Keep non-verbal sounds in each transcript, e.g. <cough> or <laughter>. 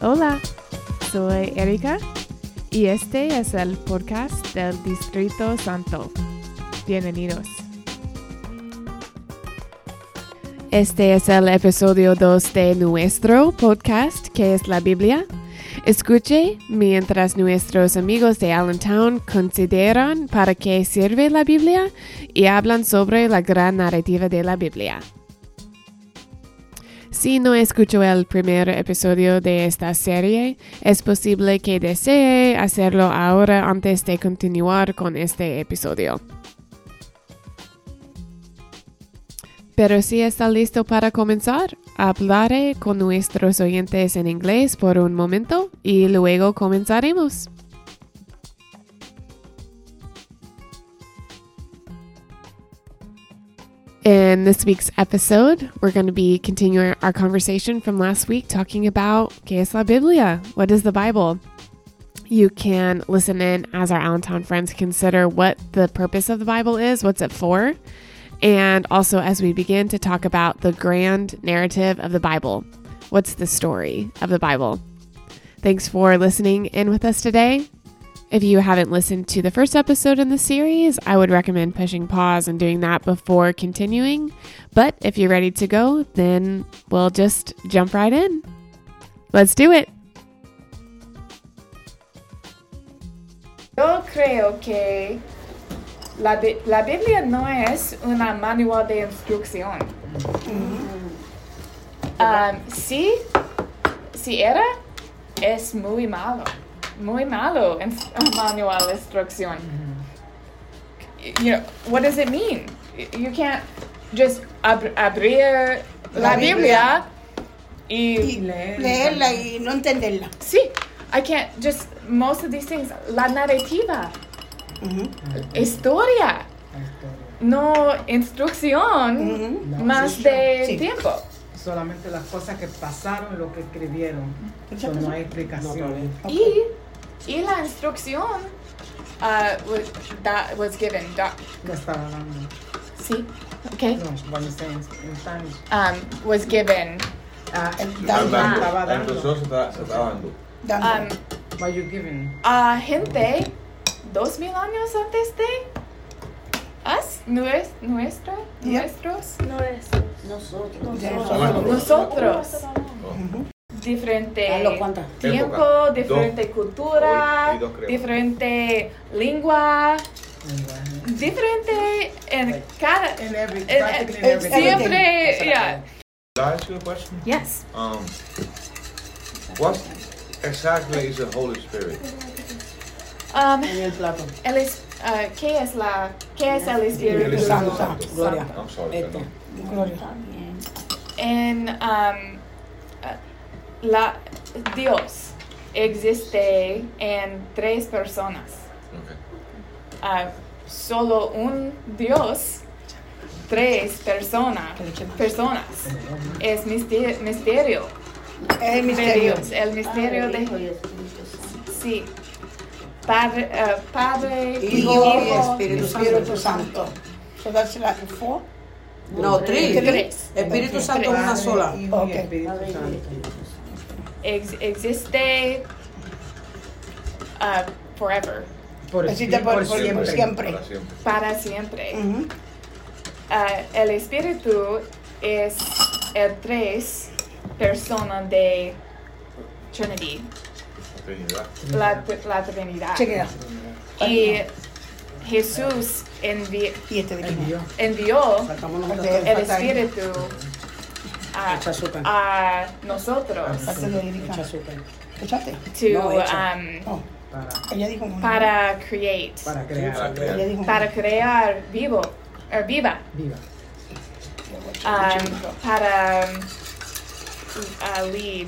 Hola, soy Erika y este es el podcast del Distrito Santo. Bienvenidos. Este es el episodio 2 de nuestro podcast que es la Biblia. Escuche mientras nuestros amigos de Allentown consideran para qué sirve la Biblia y hablan sobre la gran narrativa de la Biblia. Si no escuchó el primer episodio de esta serie, es posible que desee hacerlo ahora antes de continuar con este episodio. Pero si está listo para comenzar, hablaré con nuestros oyentes en inglés por un momento y luego comenzaremos. In this week's episode, we're going to be continuing our conversation from last week talking about Que es la Biblia? What is the Bible? You can listen in as our Allentown friends consider what the purpose of the Bible is, what's it for, and also as we begin to talk about the grand narrative of the Bible. What's the story of the Bible? Thanks for listening in with us today. If you haven't listened to the first episode in the series, I would recommend pushing pause and doing that before continuing. But if you're ready to go, then we'll just jump right in. Let's do it. Yo creo que la, Bi- la Biblia no es una manual de instrucción. Mm. Um, sí, sí era, es muy malo. Muy malo en un manual de instrucción. You know, what does it mean? You can't just ab- abrir la, La Biblia, Biblia. y... leerla y no entenderla. Sí, I can't just... Most of these things, la narrativa. historia, no instrucción Ujú. La más posición. de Sí. tiempo. Solamente las cosas que pasaron, lo que escribieron. Eso Muchas no cosas. hay explicación. Y, y la instrucción ah, was, that was given. da- No estaba hablando. sí, okay. No, cuando se en Spanish. Um, was given. Ah, Está estaba, hablando. estaba La instrucción dando. se está, se está dando. Dando. Um, What you giving? a gente dos mil años antes de us, nues- nuestra, Yeah. nuestros, No es. Ya. nosotros, Dalo, diferente. ¿cuánta? tiempo, Época. diferente hoy cultura, y dos, creo. diferente lengua, Lenguaje. diferente en cada In every, en- practically in en- every siempre, yeah. Can I ask you a question? Yes. Um, what exactly is the Holy Spirit? Um, En el plato. el es- uh, ¿qué es la qué es el Espíritu El Santo? Santa. Espíritu Santo. Gloria. I'm sorry, Esto. perdón. Gloria. En um, uh, la Dios existe en tres personas. Okay. Ah, solo un Dios, tres personas, personas. Es misterio. misterio. Es el de misterio. Dios, el misterio de sí. Padre, eh, padre Hijo y Espíritu Espíritu, Espíritu Santo. So that's like four. No, tres. Tres. Espíritu Santo es Padre, una sola. Hijo y Ok. Espíritu Santo. Ex- existe ah, forever, Por, Existe por- por- siempre. Para siempre. para siempre. Ujú. Ah, el espíritu es el tres personas de Trinity, Trinidad. Mm. la, la Trinidad. Chequea. Y Jesús envi- Y este de Ay, aquí. Dios. envió Sacamos los Porque el falta ahí. espíritu a, Echa azúcar. Ah, a nosotros Parte de Erika. Mucha azúcar. ¿Escuchaste? to, No, hecha. um, ah. No. Para, Ella dijo una. para create, para crear. Para Ella crear. dijo una. para crear vivo, or viva, Viva. um, para um, uh, lead,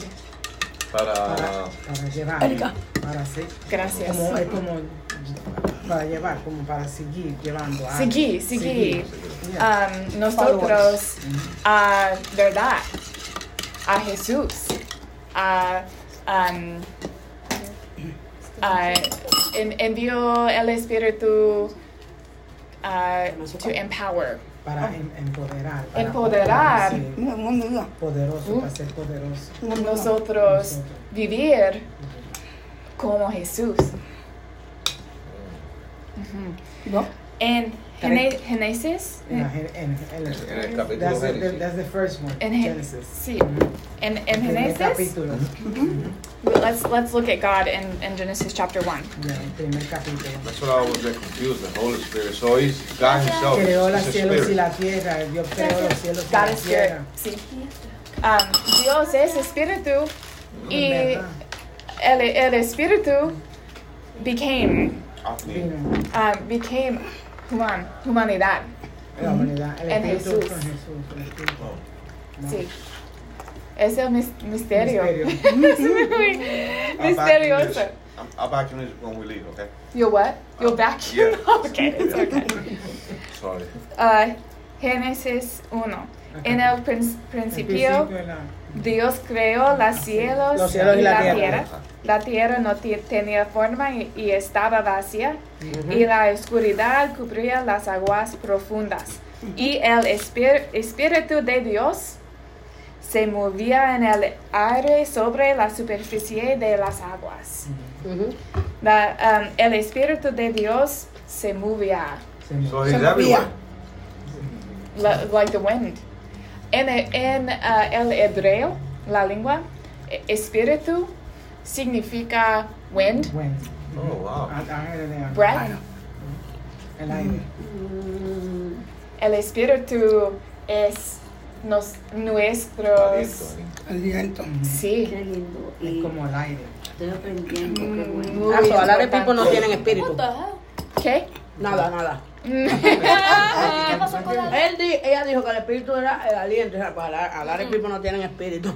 Para. Para, para llevar. Erika. Para hacer. gracias. Como, es como para llevar, como para seguir llevando a Seguí, seguí. Yeah. Um, nosotros a verdad, a Jesús, a, um, a- en- envió el espíritu uh, to empower. para em- empoderar. para Empoderar. poder ser No, no me diga. Poderoso, para ser poderoso. No me diga. Nosotros vivir como Jesús. ¿No? En Gene- Génesis, En, la gen- en- en el- En el capítulo that's, the- Génesis. that's the first one, en, Gen- Genesis. sí, en, en Primer Génesis, capítulo. let's, let's look at God in, in Genesis chapter 1. Ya, el primer capítulo. That's what I always get confused. The Holy Spirit. So he's God Himself. Creó los is a cielos y spirit. la tierra. Dios creó los cielos y God la is spirit. tierra. Sí. Um, Dios es espíritu y ¿Verdad? el, el espíritu became, Of me. Vino um, became human, humanidad. la humanidad. El En espíritu Jesús. con Jesús. el espíritu. Sí. Es el mis- misterio. Misterio. es muy I'll <laughs> vacuum this. misterioso. I'll- I'll vacuum this when we leave, okay? You what? You back? <laughs> Yeah. <laughs> okay, it's okay. Sorry. Uh, Génesis 1. En el prin- El principio, principio de la- Dios creó los cielos, Los cielos y la tierra. La tierra no ti- tenía forma y, y estaba vacía, y la oscuridad cubría las aguas profundas. Y el espir- Espíritu de Dios se movía en el aire sobre la superficie de las aguas. La- um, el Espíritu de Dios se movía, se murió. So he's Sophia. everywhere. li- like the wind. En, en uh, el hebreo, la lengua, e- espíritu significa wind, Bueno. Oh, wow. Ah, ah, era de aire. breath. El aire. El espíritu es nos, nuestros. Aliento, Aliento. Sí, Qué lindo. Es Y como el aire. estoy aprendiendo, qué bueno. muy Ah, so, a lot of importante. people no tienen espíritu. ¿Qué? Nada, nada. Él di- ella dijo que el espíritu era el aliento. O sea, pues a lot- a Mm. lot of people no tienen espíritu.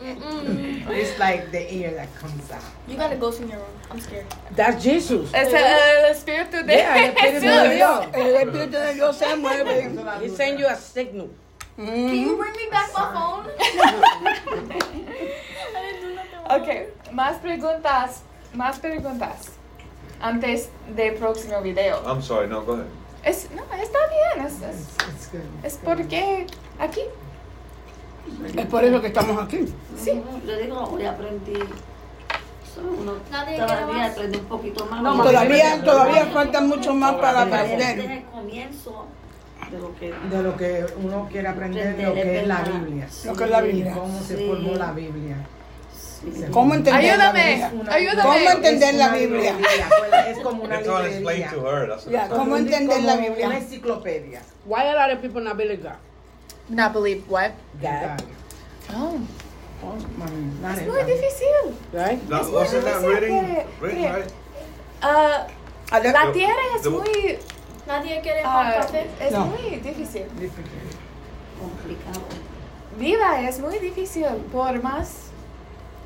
It's like the air that comes out. You got a ghost in your room. I'm scared. That's Jesus. Es el espíritu de Yeah, el espíritu de Jesús. Dios. <laughs> <laughs> El espíritu de Dios se mueve. He sent you a signal. Can you bring me back my phone? Ok, más preguntas. Más preguntas. Antes del próximo video. I'm sorry. No, go ahead. Es, no, está bien. Es, es, It's good. es porque aquí. Es por eso que estamos aquí. Sí. Yo digo, hoy aprendí. Solo uno Nadie cada quiere día más. aprende un poquito más. No, mami, Todavía, todavía falta mucho más para Todavía este es aprender. el comienzo de lo que De lo que uno quiere aprender, de lo que es la Biblia. Lo que es la Biblia. Cómo se Sí. formó la Biblia. sí. ¿Cómo entender la Ayúdame. Biblia? ¿Cómo Ayúdame. entender la Es una Biblia? librería, pues, Es como una It's all explained librería. to her. That's what Yeah, I'm ¿Cómo saying. Como un- entender la como Biblia? Una enciclopedia. Why a lot of people not believe God? Not believe what? God. Oh, Oh, mami, dale, muy dale. difícil. Right? No, wasn't that reading? Yeah. Reading, Yeah. right? Ah, la tierra es the- muy. Nadie quiere ah, más café. es No. muy difícil. complicado. Vida es muy difícil por más,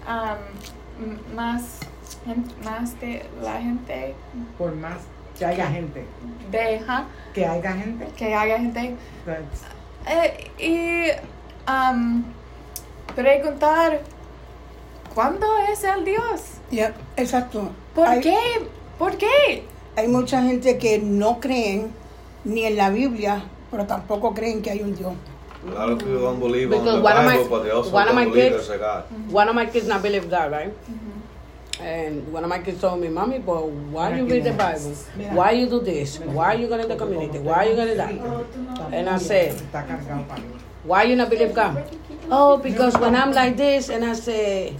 am, m- más, gen- más de la gente Por más que haya gente. de ajá, Que haya gente. pues, que haya gente that's- Eh, y am, preguntar cuándo es el Dios, Ya, Exacto. por Hay- qué, por qué. Hay mucha gente que no creen ni en la Biblia, pero tampoco creen que hay un Dios. A lot of people don't believe on Because the one of my- Bible, but they also one of don't my believe kids- there's a God. One of my kids not believe God, right? Mm-hmm. And one of my kids told me, Mommy, but why you read the Bible? Why you do this? Why you going to the community? Why you going to that? And I said, Está cargado para mí. Why you not believe God? Oh, because when I'm like this and I say,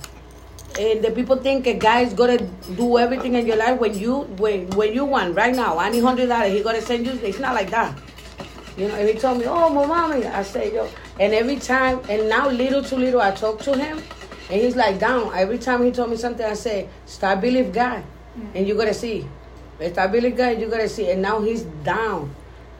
eh, the people think a guy is gonna do everything in your life when you when when you want right now. I need hundred dollars. He gonna send you. It's not like that. You know, and he told me, oh, my mommy. I say, yo. And every time, and now little to little, I talk to him, and he's like down. Every time he told me something, I say, start believe God, and you gonna see. Start believe God, you gonna see. And now he's down,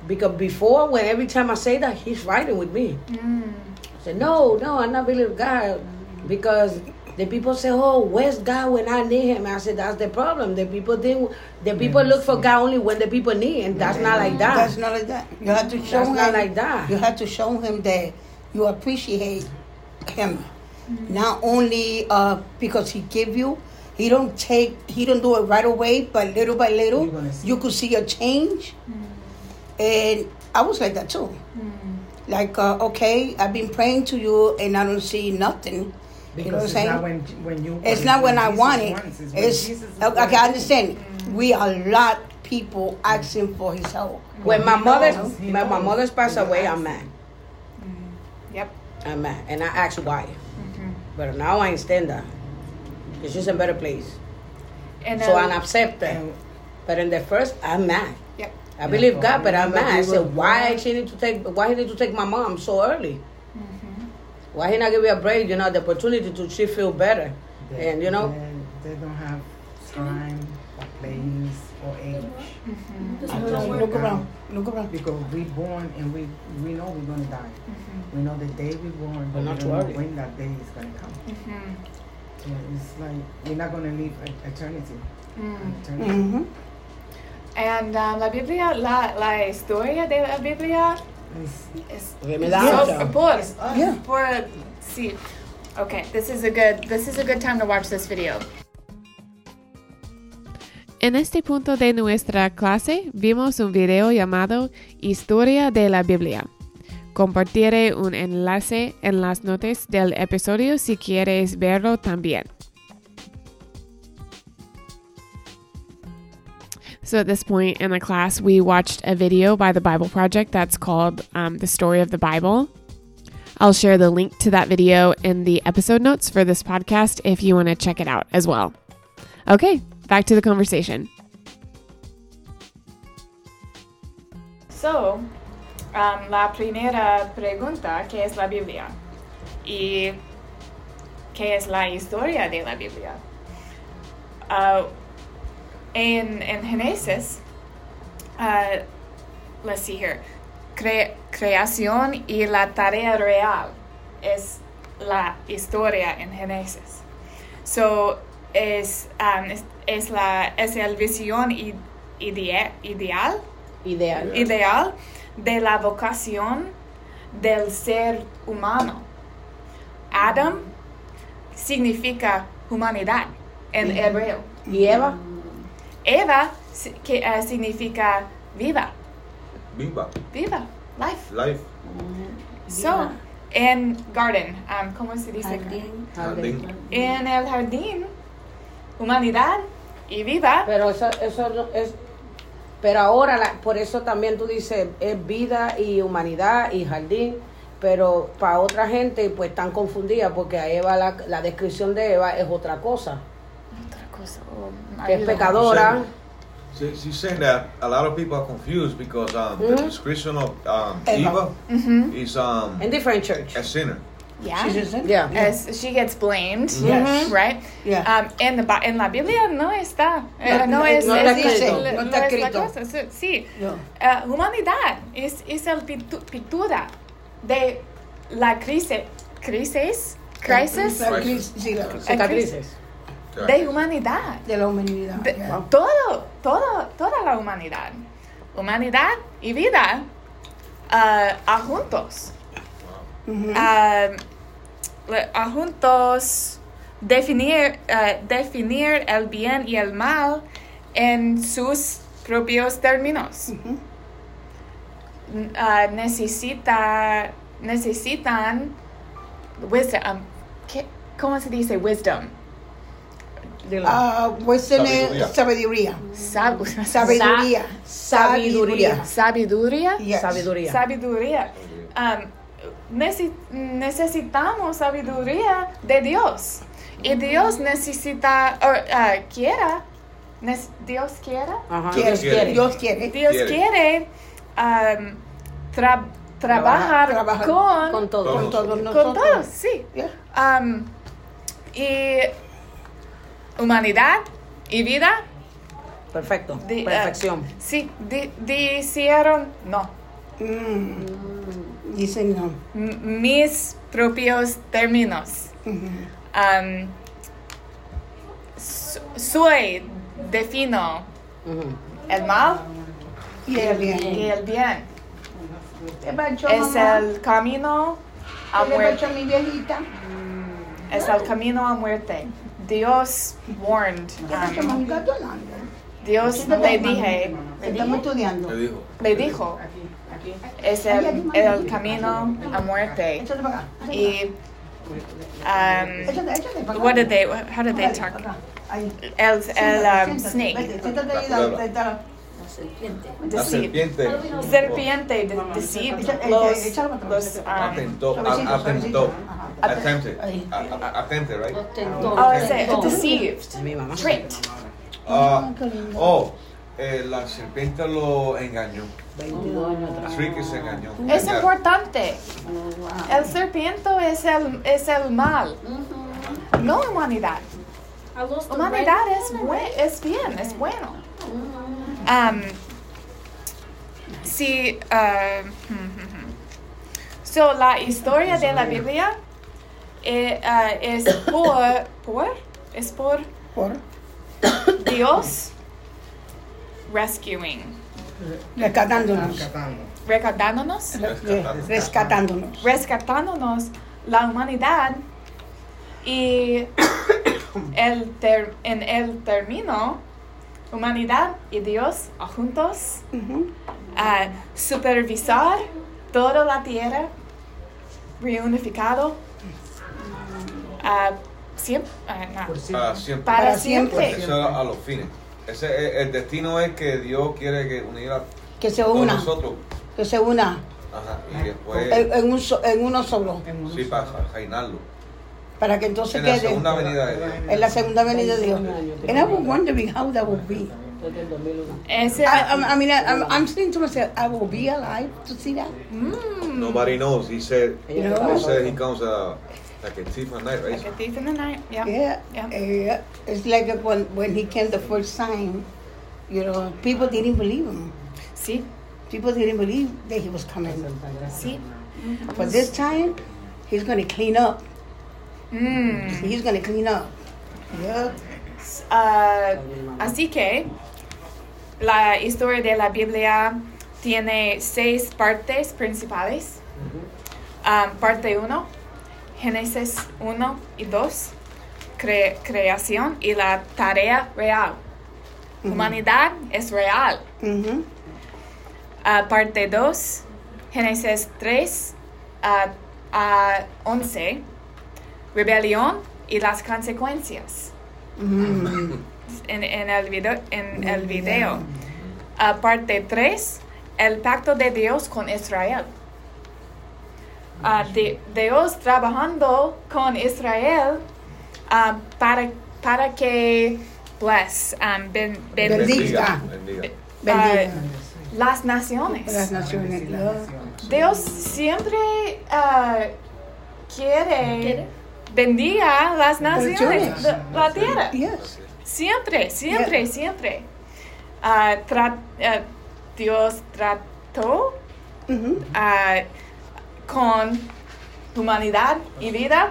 because before, when every time I say that, he's fighting with me. I said, no, no, I'm not believe God because the people say, oh, where's God when I need Him? I said, that's the problem. The people think the people look for God only when the people need, and that's not like That's that. not like that. You have to show Ah. That's him. not like that. You have to show him that you appreciate him. Mm-hmm. Not only uh, because he give you, he don't take, he don't do it right away, but little by little, You're gonna see. Mm-hmm. you could see a change. And I was like that too. Mm-hmm. Like, uh, okay, I've been praying to you and I don't see nothing. you know what I'm Because it's saying? not when, when you. It's not when I Jesus want it. wants, when It's Jesus is okay. wanting. I understand. Mm-hmm. We are a lot people asking for His help. When my mother, knows, he when my knows. mother's passed He away, knows. I'm mad. Yep. I'm mad, and I asked why. But now I understand that. It's just a better place. And So I- I'm upset And- then. But in the first, I'm mad. Yep. I believe God, but I'm Remember mad. I we were said, why born- she need to take? Why he need to take my mom so early? Why he not give you a break? You know, the opportunity to she feel better, They- and you know, They, they don't have time or place or age. Just I hold just on. look around. Look around. Because we born and we we know we're gonna die. We know the day we born, But but not we too don't know early. when that day is gonna come. Yeah, it's like we're not gonna live e- eternity. Eternity. hmm And um, la Biblia, la, la historia de la Biblia It's- es Revelado. so- por, Yeah. por, sí. Okay, this is a good this is a good time to watch this video. En este punto de nuestra clase vimos un video llamado Historia de la Biblia. Compartiré un enlace en las notas del episodio si quieres verlo también. So at this point in the class, we watched a video by the Bible Project that's called um, The Story of the Bible. I'll share the link to that video in the episode notes for this podcast if you want to check it out as well. Okay, back to the conversation. So, um, la primera pregunta, ¿qué es la Biblia? ¿Y qué es la historia de la Biblia? Ah, en, en Génesis, ah, let's see here, cre- creación y la tarea real es la historia en Génesis. So, es, um, es, es la, es el visión i- idea- ideal ideal. ideal de la vocación del ser humano. Adam significa humanidad en hebreo. Y Eva, Eva si- que, eh, significa viva, Viva, viva, life. life, So, en garden, um, ¿cómo se dice? Jardín. jardín. En el jardín, humanidad y viva. pero eso, eso no es. Pero ahora, la- por eso también tú dices, es vida y humanidad y jardín. Pero para otra gente, pues están confundidas porque a Eva, la, la descripción de Eva es otra cosa. Otra cosa, oh, Que es ayúdame. pecadora. She, she's saying that a lot of people are confused because um, Mm-hmm. the description of um, Eva Eva. is um, En different church. a sinner. Yeah. She's a sinner. Yeah. As she gets blamed, Yes. right? Yeah. Um, en, la, Ba- en la Biblia no está. Eh, no, No, no, es, no es- está escrito. le- No no está es la escrito. cosa, sí, Sí. No. Eh, humanidad es, es el pitu- pintura de la crisis. ¿Crisis? ¿Crisis? La crisis, sí, la crisis Cicatrices. De humanidad. de la humanidad. De- yeah. todo, todo, toda la humanidad. Humanidad y vida ah, a juntos. Ah, le- a juntos definir, ah, definir el bien y el mal en sus propios términos. N- ah, necesita, necesitan wisdom. ¿Qué- ¿Cómo se dice wisdom? Ah, pues tiene sabiduría. Sab- <laughs> Sabiduría. sabiduría. sabiduría. Yes. Sabiduría. Sabiduría. Um, neci- necesitamos sabiduría de Dios. Y Dios necesita, o ah, quiera, nes- Dios quiera, Ajá. Quiere, Dios quiere. Dios quiere. Dios Quiere. quiere um, tra- trabajar, trabajar Con con, todo. Con todos con nosotros. todos, sí. Yeah. Um, y humanidad y vida Perfecto. Di- Perfección. ah, sí, di- dijeron no. Mm. Dicen no. M- mis propios términos. Um, so- soy, defino Ujú. el mal Y el bien. y el bien. ¿Qué pasó, Es mamá? el camino a ¿Qué le pasó muerte. a mi viejita? Es el camino a muerte. Dios warned. ¿Qué pasó, um, mamita? Está hablando. Dios le dije, Estamos estudiando. Me dijo. le dijo, Aquí, aquí. es el, el camino a muerte. Échale para acá. Y, um, Échale, échale para acá. what did they, how did they Dale, talk? para acá. Ahí. El, el um, Siéntate, snake, vete, siéntate ahí, La dale, culebra. dale. la serpiente. La deceive. serpiente. Serpiente de deceive los, los, um, Atentó. a- Atentó. Attempted. Ahí. A- a- Attempted, right? Ostentó. oh, I said Este ostentó. deceived, Mi mamá. tricked. Ah, oh, eh, la serpiente lo engañó. 22 años atrás. Ricky se engañó. Es Engañó. importante. Oh, El serpiente es el, es el mal, no la humanidad. I lost the Humanidad es, bue- es bien, es bueno. Um, sí, ah, hmm, hmm, hmm. <laughs> so, la historia de la Biblia eh, ah, es por, por, es por Por Dios rescuing, rescatándonos. Rescatando. recatándonos, Rescatándonos. Rescatándonos. rescatándonos la humanidad y el ter- en el término humanidad y Dios juntos Ujú. a supervisar toda la tierra reunificado ah, a siempre, Por Ah, cierto. siempre. para, Para siempre. siempre. Eso a los fines. Ese, eh, el destino es que Dios quiere que unir a Que se todos una, nosotros. que se una Ajá, y después en, en un so- en uno solo, En un- sí pasa, reinarlo. para que entonces En la quede segunda venida de Dios. en la segunda venida de Dios. And I was wondering how that would be. Ah, Desde el 2001. Ese- I, I, I mean, I, I'm, I'm saying to myself, I will be alive to see that. Mm. Nobody knows. He said, Ella No. estaba he said he loca. comes uh, like a thief at night, Like a right? thief in the night. Yeah. Yeah, Yeah. yeah. It's like when, when he came the first time, you know, people didn't believe him. Sí, People didn't believe that he was coming. sí. But this time, he's going to clean up. Mm. He's going to clean up. Yeah. Ah, así que la historia de la Biblia tiene seis partes principales. Ah, parte 1, Génesis 1 y 2, cre- creación y la tarea real. Humanidad es real. hmm Ah, parte 2, Génesis 3 a a 11, rebelión y las consecuencias en, en el video. En el video. Ah, parte 3, el pacto de Dios con Israel. Ah, de- Dios trabajando con Israel ah, para, para que bless, um, ben- ben- Bendiga. Bendiga. Bendiga. Bendiga. las naciones. Las naciones. yeah. Dios siempre ah, quiere, ¿Quiere? bendiga las naciones, Naciones. la, la tierra. Yes. Siempre, siempre, siempre. Ah, tra- ah, Dios trató hmm ah, con humanidad y vida.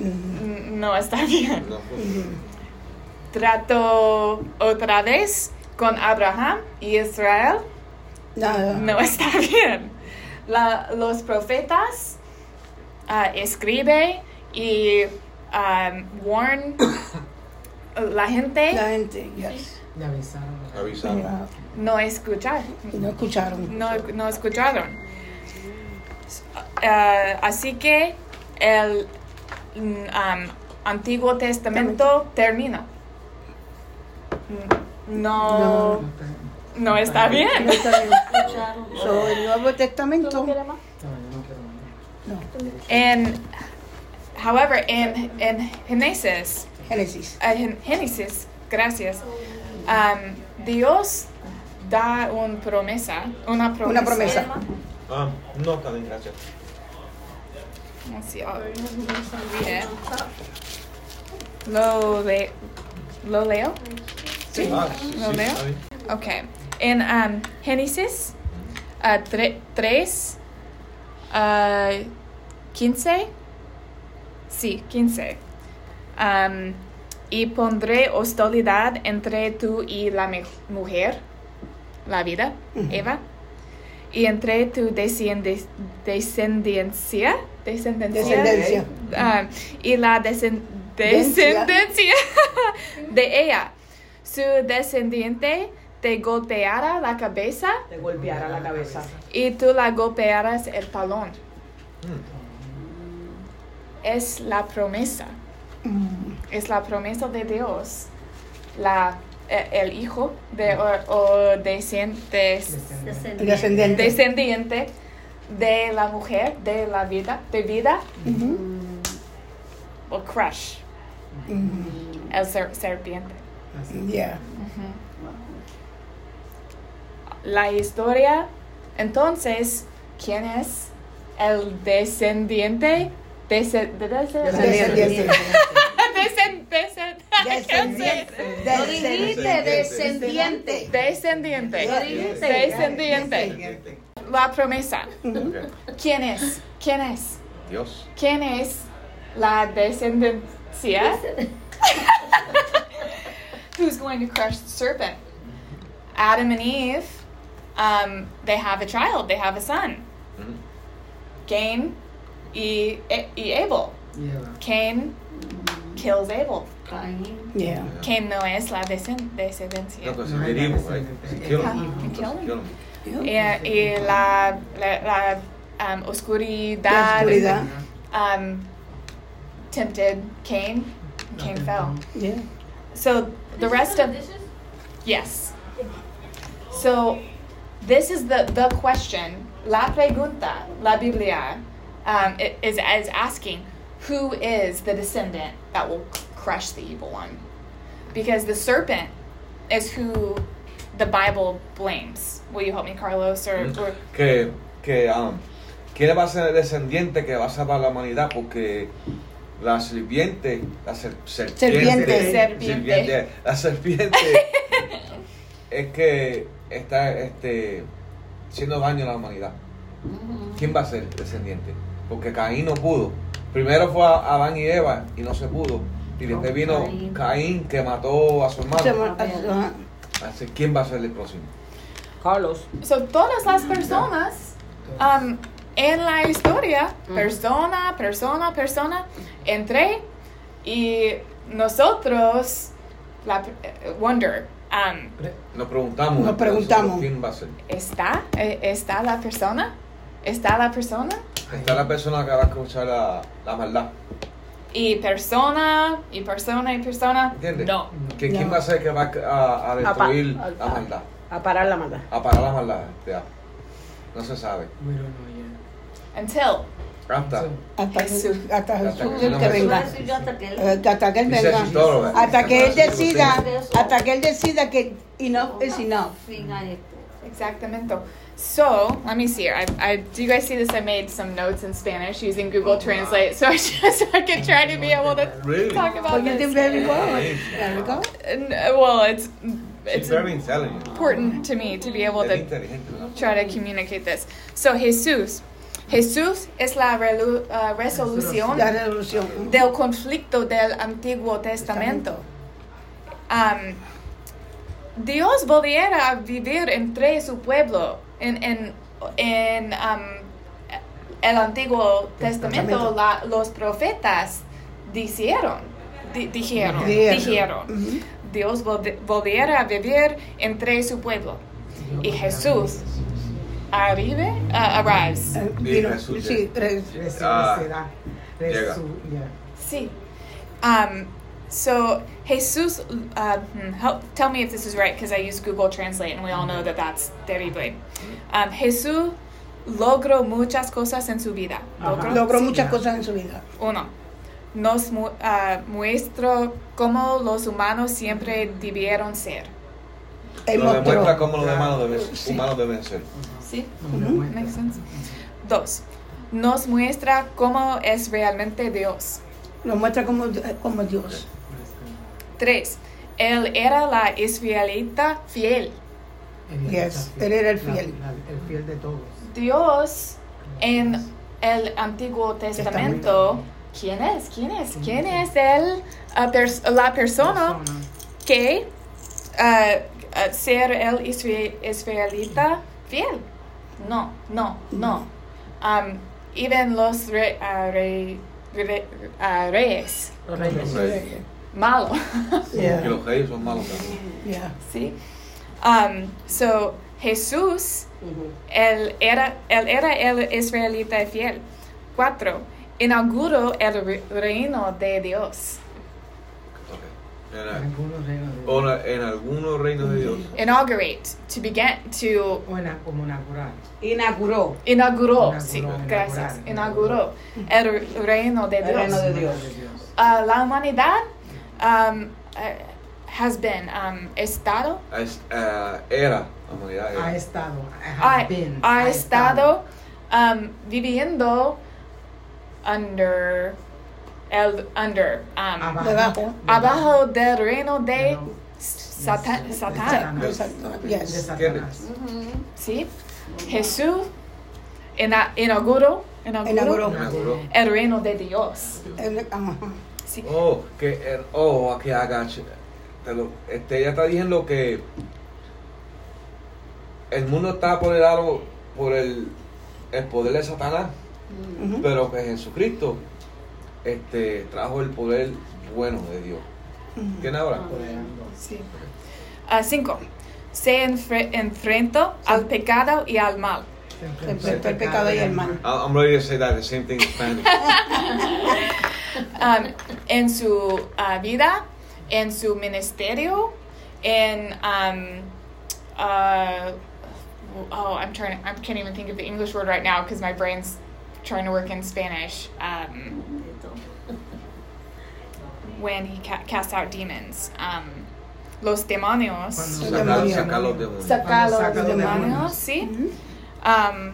N- No está bien. No. pues, Trató otra vez con Abraham y Israel. No, No está <laughs> bien. La- los profetas ah, escribe y um, warn la gente la gente, yes. Le avisaron. Avisando. no escuchar, Y no escucharon. no, no escucharon. Ah, así que el mm, um, Antiguo Testamento termina. No, No te- no está bien. No está bien. Escucharon. So, el Nuevo Testamento, No, yo no quiero más. And however, in in Genesis, Génesis. uh, Gen- Génesis, gracias, um, Dios da un promesa, una promesa. Una promesa. Ah, no está bien, gracias. Let's see, I'll read it. Lo le- lo leo. Ah, sí, sí, ¿Lo leo? está bien. Okay. In um, Genesis uh, tre- 3, uh, 15. Sí, 15. Um, y pondré hostilidad entre tú y la me- mujer, la vida, Eva, y entre tu desciende- descendencia, descendencia, Descendencia. Ah, um, y la descen- descendencia de ella. su descendiente te golpeara la cabeza Te golpeará la cabeza. y tú la golpearás el talón. Es la promesa. Es la promesa de Dios. La, e- el hijo de, Mm. o, o descendiente, El descendiente. descendiente de la mujer, de la vida, de vida, Mm-hmm. o crush, el ser- serpiente. Yeah. la historia. Entonces, ¿quién es el descendiente? Dese- de- de- Descendiente. Descen- descen- Descendiente. Lo dijiste, descendiente. Descendiente. Lo dijiste. Descendiente. La promesa. Okay. ¿Quién es? ¿Quién es? Dios. ¿Quién es la descendencia? Who's going to crush the serpent? Adam and Eve, um, they have a child, they have a son. Mhm. Cain e, e, e Abel. Yeah. Cain kills Abel. Caín. Yeah. Cain no es la descen- descendencia. No, because he did evil, right? He killed him. Ah, Because he killed him. Eh, y la, la, la, um, oscuridad, Oscuridad. um, tempted Cain. Cain fell. Yeah. So the rest of yes. So this is the the question. La pregunta, la Biblia, um, i- is is asking who is the descendant that will crush the evil one, because the serpent is who the Bible blames. Will you help me, Carlos? Or, or que, que um, ¿quién va a ser el descendiente que va a salvar la humanidad? Porque la serpiente, la ser- serpiente, Serpiente. Serpiente. la serpiente <laughs> es que está este, haciendo daño a la humanidad. Mm-hmm. ¿Quién va a ser el descendiente? Porque Caín no pudo. Primero fue a Adán y Eva y no se pudo. Y después vino Caín. Caín que mató a su Se uh, hermano. mo- ajá. Así, ¿Quién va a ser el próximo? Carlos. so todas las personas um, en la historia, persona, persona, persona, entre y nosotros, la, eh, wonder, um, Nos preguntamos. Nos preguntamos. ¿Quién va a ser? ¿está, eh, ¿está la persona? ¿Está la persona? Está la persona que va a escuchar la, la maldad. Y persona, y persona, y persona. ¿Entiendes? No. Que ¿Quién No. va a ser que va a, a destruir A pa- la maldad? A parar la maldad. A parar la maldad. ya. No se sabe. We don't know Until. Hasta. yet. Hasta Jesús, hasta Jesús que el no que me- Te voy a venga. decir yo hasta que él- Eh, Hasta que él Dice venga. Cristóbal. Hasta que él decida, Eso. hasta que él decida que enough is enough. fin a esto. Exactamento. So, let me see here. I, I, do you guys see this? I made some notes in Spanish using Google Translate so I, <laughs> just, so I could try to be able to <laughs> Really? talk about But you did this. very well. Amazing. There we go. N- Well, it's, She's it's very intelligent. important to me to be able Es to inteligente, ¿no? try to communicate this. So, Jesús. Jesús es la relu- uh, resolución La revolución. Eh, del conflicto del Antiguo Testamento. Am, Dios volviera a vivir entre su pueblo en, en- en, am, el Antiguo Testamento. Testamento. la- los profetas dijeron, di- dijeron, Dijeron. dijeron, Dios volvi- volviera a vivir entre su pueblo. Y Jesús arrive, ah, arrives. Eh, Sí, vino- Jesús Sí, re- Resu- Ah, será. llega. Resu- yeah. See, Um, so Jesus, uh, hmm, help, tell me if this is right because I use Google Translate and we all know that that's terrible. Um, Jesús logró muchas cosas en su vida. Logró, logró muchas cosas en su vida. Uno, nos mu- ah, muestra cómo los humanos siempre debieron ser. Él Lo demuestra mostró. cómo los humanos deben, humanos deben ser. Sí, Una muestra. makes sense. Dos, nos muestra cómo es realmente Dios. Lo muestra como, como Dios. Tres, él era la israelita fiel. Él Yes, está él era el fiel. La- la- el fiel de todos. Dios en el Antiguo Testamento, ¿quién es? ¿Quién es? ¿Quién es el, uh, pers- la persona Persona. que uh, uh, ser el isra- israelita fiel? No, no, no. Um, even los ah, re- uh, re- re- uh, reyes Los reyes. Entonces, malo. <laughs> Que Yeah. los reyes son malos también. Yeah. ¿Sí? Um, so, Jesús, él, era, él era el israelita fiel. Cuatro, inauguró el re- reino de Dios. Ok. En, a- Algunos reinos de o la- en algunos reinos de Dios. Inaugurate, to begin, to O ina- como inaugural. Inauguró inauguró, Inauguró, sí, inaugurar. gracias, inauguró el re- reino de el reino Dios. de Dios. De Dios. Uh, la humanidad um, uh, has been um, estado, A es- a- era la humanidad. Ah, Ha Era. estado. Ha, ha, been, ha estado um, viviendo under el under um, Abajo. Debajo. abajo del reino de No. Satan, Yes. Ah, Satán, Exacto. De Yes. Satanás. ¿sí? Jesús ina- inauguró, inauguró Inauguró. Inauguró. el reino de Dios. El- ajá. ¿sí? Oh, que er- oh, que agache. Te lo, este, ella está diciendo que el mundo está apoderado por el, el poder de Satanás, Ujú. pero que Jesucristo este, trajo el poder bueno de Dios. ¿Quién ahora? Sí. Ah, cinco. Se enfre- enfrentó al pecado y al mal. Siempre El, el pecado y el mal. I- Ah, I'm ready to say that the same thing in Spanish. Um, en su ah, vida, en su ministerio, en um, uh, oh, I'm trying. I can't even think of the English word right now because my brain's trying to work in Spanish. Um, when he ca- cast out demons, um, los demonios. Cuando Sacar, sacar los demonios. saca los Cuando saca los demonios, sí. demonios. Um,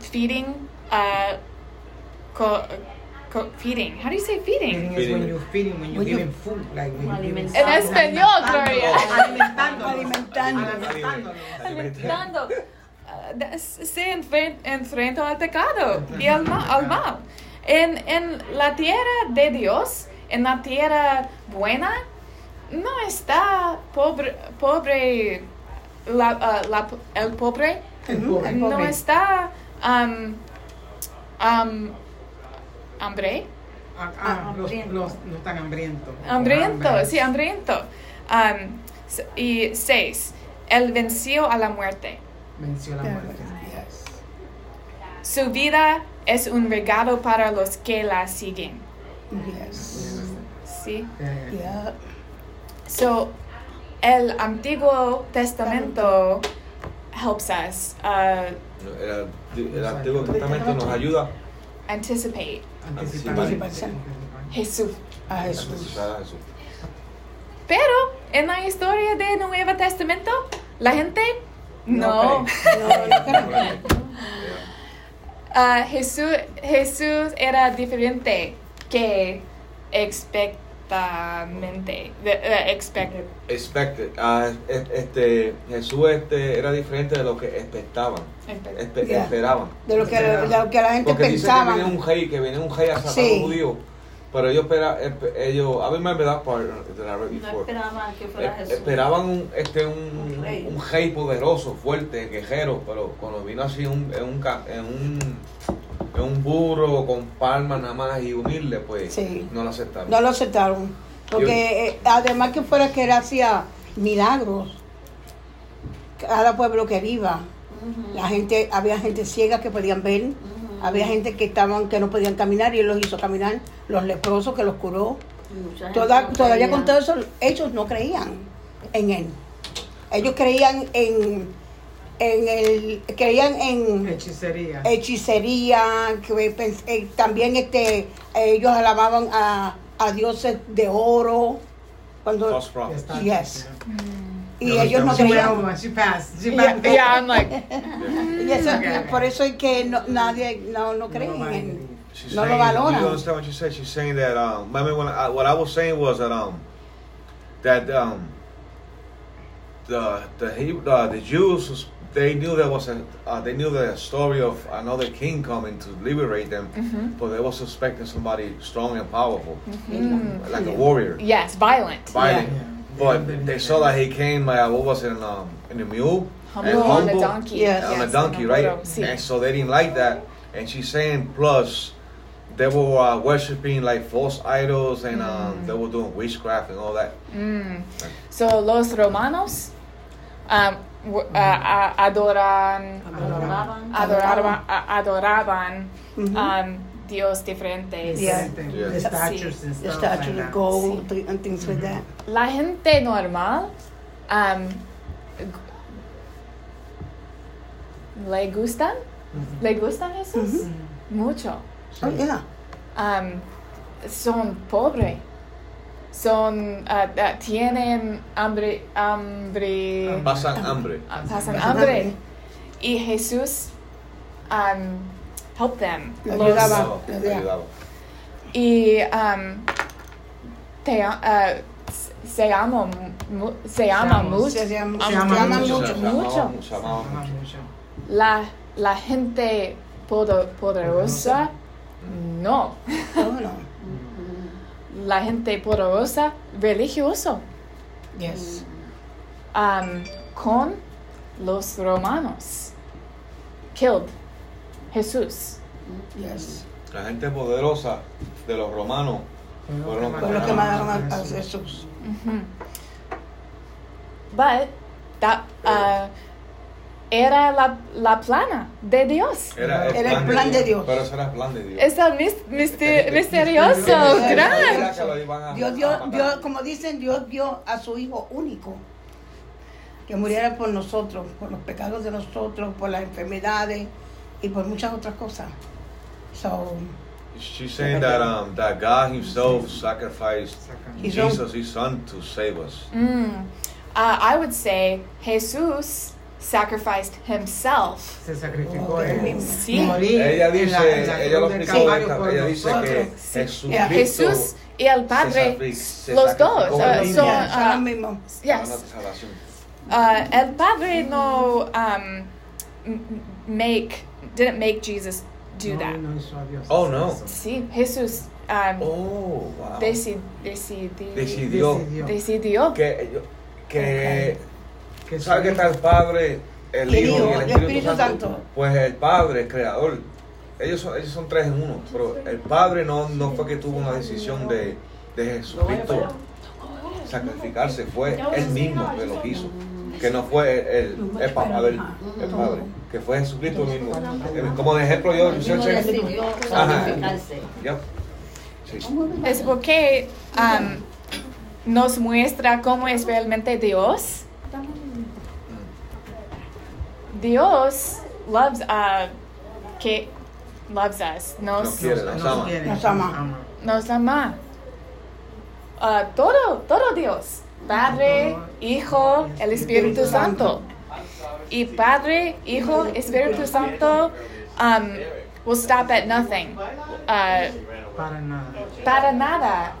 feeding, uh, co- co- feeding. How do you say feeding? Feeding is when you feeding, when you When you- giving food, like when you giving En español, Gloria. alimentando, Alimentando. Alimentar. Dando, uh, da- se enfren- enfrenta al pecado y al ma- al mal. En, en la tierra de Dios, en la tierra buena, no está pobre, pobre la- ah, la- el pobre Ujú. no Pobre. está am, am, hambre, Ah, ah, los, los no están hambrientos. hambriento, Hambre. sí, hambriento. Am, s- y seis, él venció a la muerte. Venció la muerte. Yes. Su vida es un regalo para los que la siguen. Yes. Sí. Yeah, yeah. Yeah. So, el Antiguo Testamento helps us uh, El, Anti- el Antiguo Testamento nos ayuda anticipate Anticipar. Anticipación. Jesús. A a Jesús. anticipar a Jesús. Pero en la historia del Nuevo Testamento, la gente no. No Ah, Jesús, Jesús era diferente que expectamente. de- eh, expect- Expected. Ah, es- este, Jesús este, era diferente de lo que expectaban, expect- espe- Yeah. esperaban. De lo que, de lo que la gente Porque dice que pensaba. viene un rey, que viene un rey a sacar a Sí. los judíos. Pero ellos espera- esp- ellos, I remember that part that I read No before. esperaba que fuera Eh, Jesús. Esperaban un, este, un, Un rey. un rey poderoso, fuerte, guerrero, pero cuando vino así un, en, un, ca- en, un, en un burro con palmas nada más y humilde, pues Sí. no lo aceptaron. No lo aceptaron. Porque eh, además que fuera que él hacía milagros. Cada pueblo que viva. La gente, había gente ciega que podían ver. Había gente que estaban, que no podían caminar y él los hizo caminar. Los leprosos que los curó. Mucha gente Toda- no todavía creía. con todo eso, ellos no creían en él. Ellos creían en, en el, creían en Hechicería. hechicería, que pens- eh, también este, ellos alababan a, a dioses de oro. Cuando, False prophets. Está- Yes. Yeah. y No, ellos no estamos- She went creían. over, she passed. She Yeah. passed. Yeah, I'm like, Y eso- Yeah. por eso es que no- nadie no, no cree en Nobody él. believed. She's No lo saying, valoran. You understand what you said? She's saying that. Um, I mean, when I, what I was saying was that um, that um, the the Hebrew, uh, the Jews was- they knew there was a uh, they knew the story of another king coming to liberate them, Mm-hmm. but they were suspecting somebody strong and powerful, Mm-hmm. like a warrior, mm, yes, violent. fighting. Yeah. But they saw that he came. Uh, what was it? In, um, in a mule. and Humble on a humble donkey. Yes. on Yes, a donkey, on a right? burro, sí. And so they didn't like that. And she's saying, plus, they were uh, worshiping like false idols and Mm. um, they were doing witchcraft and all that. So los romanos um, w- uh, a- adoran, Adoraban. adoraban, a- adoraban um, dios diferentes. Yeah. The, Yeah. the statues and The stuff statue like of that. gold and thi- and things like that. La gente normal um, g- le gustan, le gustan Jesús mucho. Oh, yeah. um, son pobre, son ah, ah, tienen hambre, hambre, Pasan hambre. ah, pasan hambre, y Jesús um, help them. Le Los- ayudaba. No, Yeah. they love. y um, te, ah, se ama, mu- se ama Seamos. mucho. Se llama, Se se llama llama mucho. mucho. Se amaba mucho. se Oh, amaba mucho. La, la gente podo- poderosa, no. Oh, no. La gente poderosa, religioso. Yes. um, con los romanos. Killed Jesús. Yes. La gente poderosa de los romanos fueron Fueron Fue lo que Ah, mandaron a, a Jesús. But that uh, era la, la plana de Dios. Era, Era el plan de Dios. Pero eso era el plan de Dios. Es el mis- mister- misterioso, Era gran. que lo iban a- Dios a dio, matar. Dios, como dicen, Dios dio a su Hijo único que muriera por nosotros, por los pecados de nosotros, por las enfermedades y por muchas otras cosas. So, She's saying that um, that God Himself sacrificed His own- Jesus, His Son, to save us. Mm. Uh, I would say Jesus sacrificed himself. Se sacrificó Oh, él mismo. Sí. Morir Ella en la- dice, en la ella lo cruz del explicó, Calvario esta- por ella dice que nosotros. Yeah. Jesucristo Jesús y el Padre, sacrific- se los dos, sacrificó uh, por son, yeah, uh, ahora mismo. para yes, nuestra salvación. uh, el padre no um, m- make didn't make Jesus do No, that. no hizo a Dios Oh, hacer no. eso. Sí, Jesús um, Oh, wow. deci- decidi- Decidió Decidió. decidió. que, yo- que Que sabe que está el Padre, el El Hijo y Hijo, el Espíritu, Santo. Pues el Padre, el Creador. Ellos son, ellos son tres en uno, pero el Padre no, no fue que tuvo una decisión de, de Jesucristo sacrificarse, fue él mismo que lo hizo, que no fue el, el, el papá del el Padre, que fue Jesucristo mismo. Como de ejemplo yo, yo Uno sé- decidió sacrificarse. ya. Sí. Es porque um, nos muestra cómo es realmente Dios. Dios loves uh, que loves us. Nos Nos quiere, nos Nos ama. quiere, Nos nos ama. ama. nos ama. a todo, todo Dios. Padre, Hijo, el Espíritu Santo. Y Padre, Hijo, Espíritu Santo um, will stop at nothing. Uh, Para nada. para nada.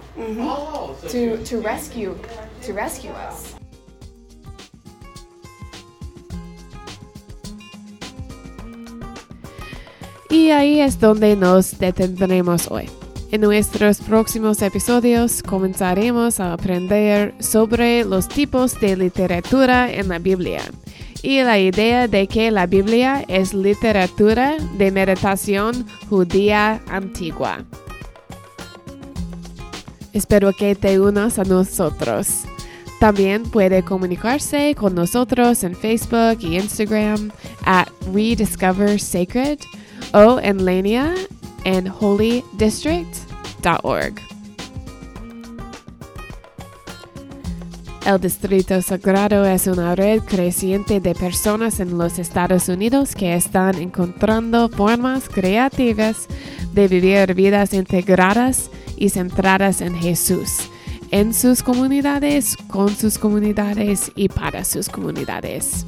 To, to rescue, to rescue us. Y ahí es donde nos detendremos hoy. En nuestros próximos episodios comenzaremos a aprender sobre los tipos de literatura en la Biblia y la idea de que la Biblia es literatura de meditación judía antigua. Espero que te unas a nosotros. También puede comunicarse con nosotros en Facebook y Instagram at Rediscover Sacred o en Lania en holydistrict.org. El Distrito Sagrado es una red creciente de personas en los Estados Unidos que están encontrando formas creativas de vivir vidas integradas y centradas en Jesús, en sus comunidades, con sus comunidades y para sus comunidades.